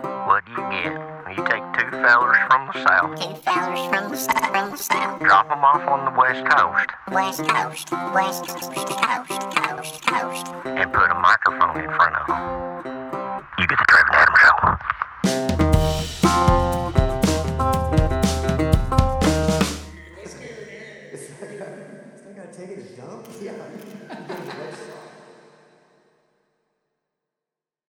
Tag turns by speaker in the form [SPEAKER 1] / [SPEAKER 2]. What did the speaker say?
[SPEAKER 1] what do you get? You take two fellers from the south,
[SPEAKER 2] Two fellers from the south, from the south,
[SPEAKER 1] drop them off on the west coast,
[SPEAKER 2] west coast, west coast, coast, coast, coast.
[SPEAKER 1] and put a microphone in front of them. You get the Trevin Adams Show.
[SPEAKER 3] It's not gonna take it a dump. Yeah.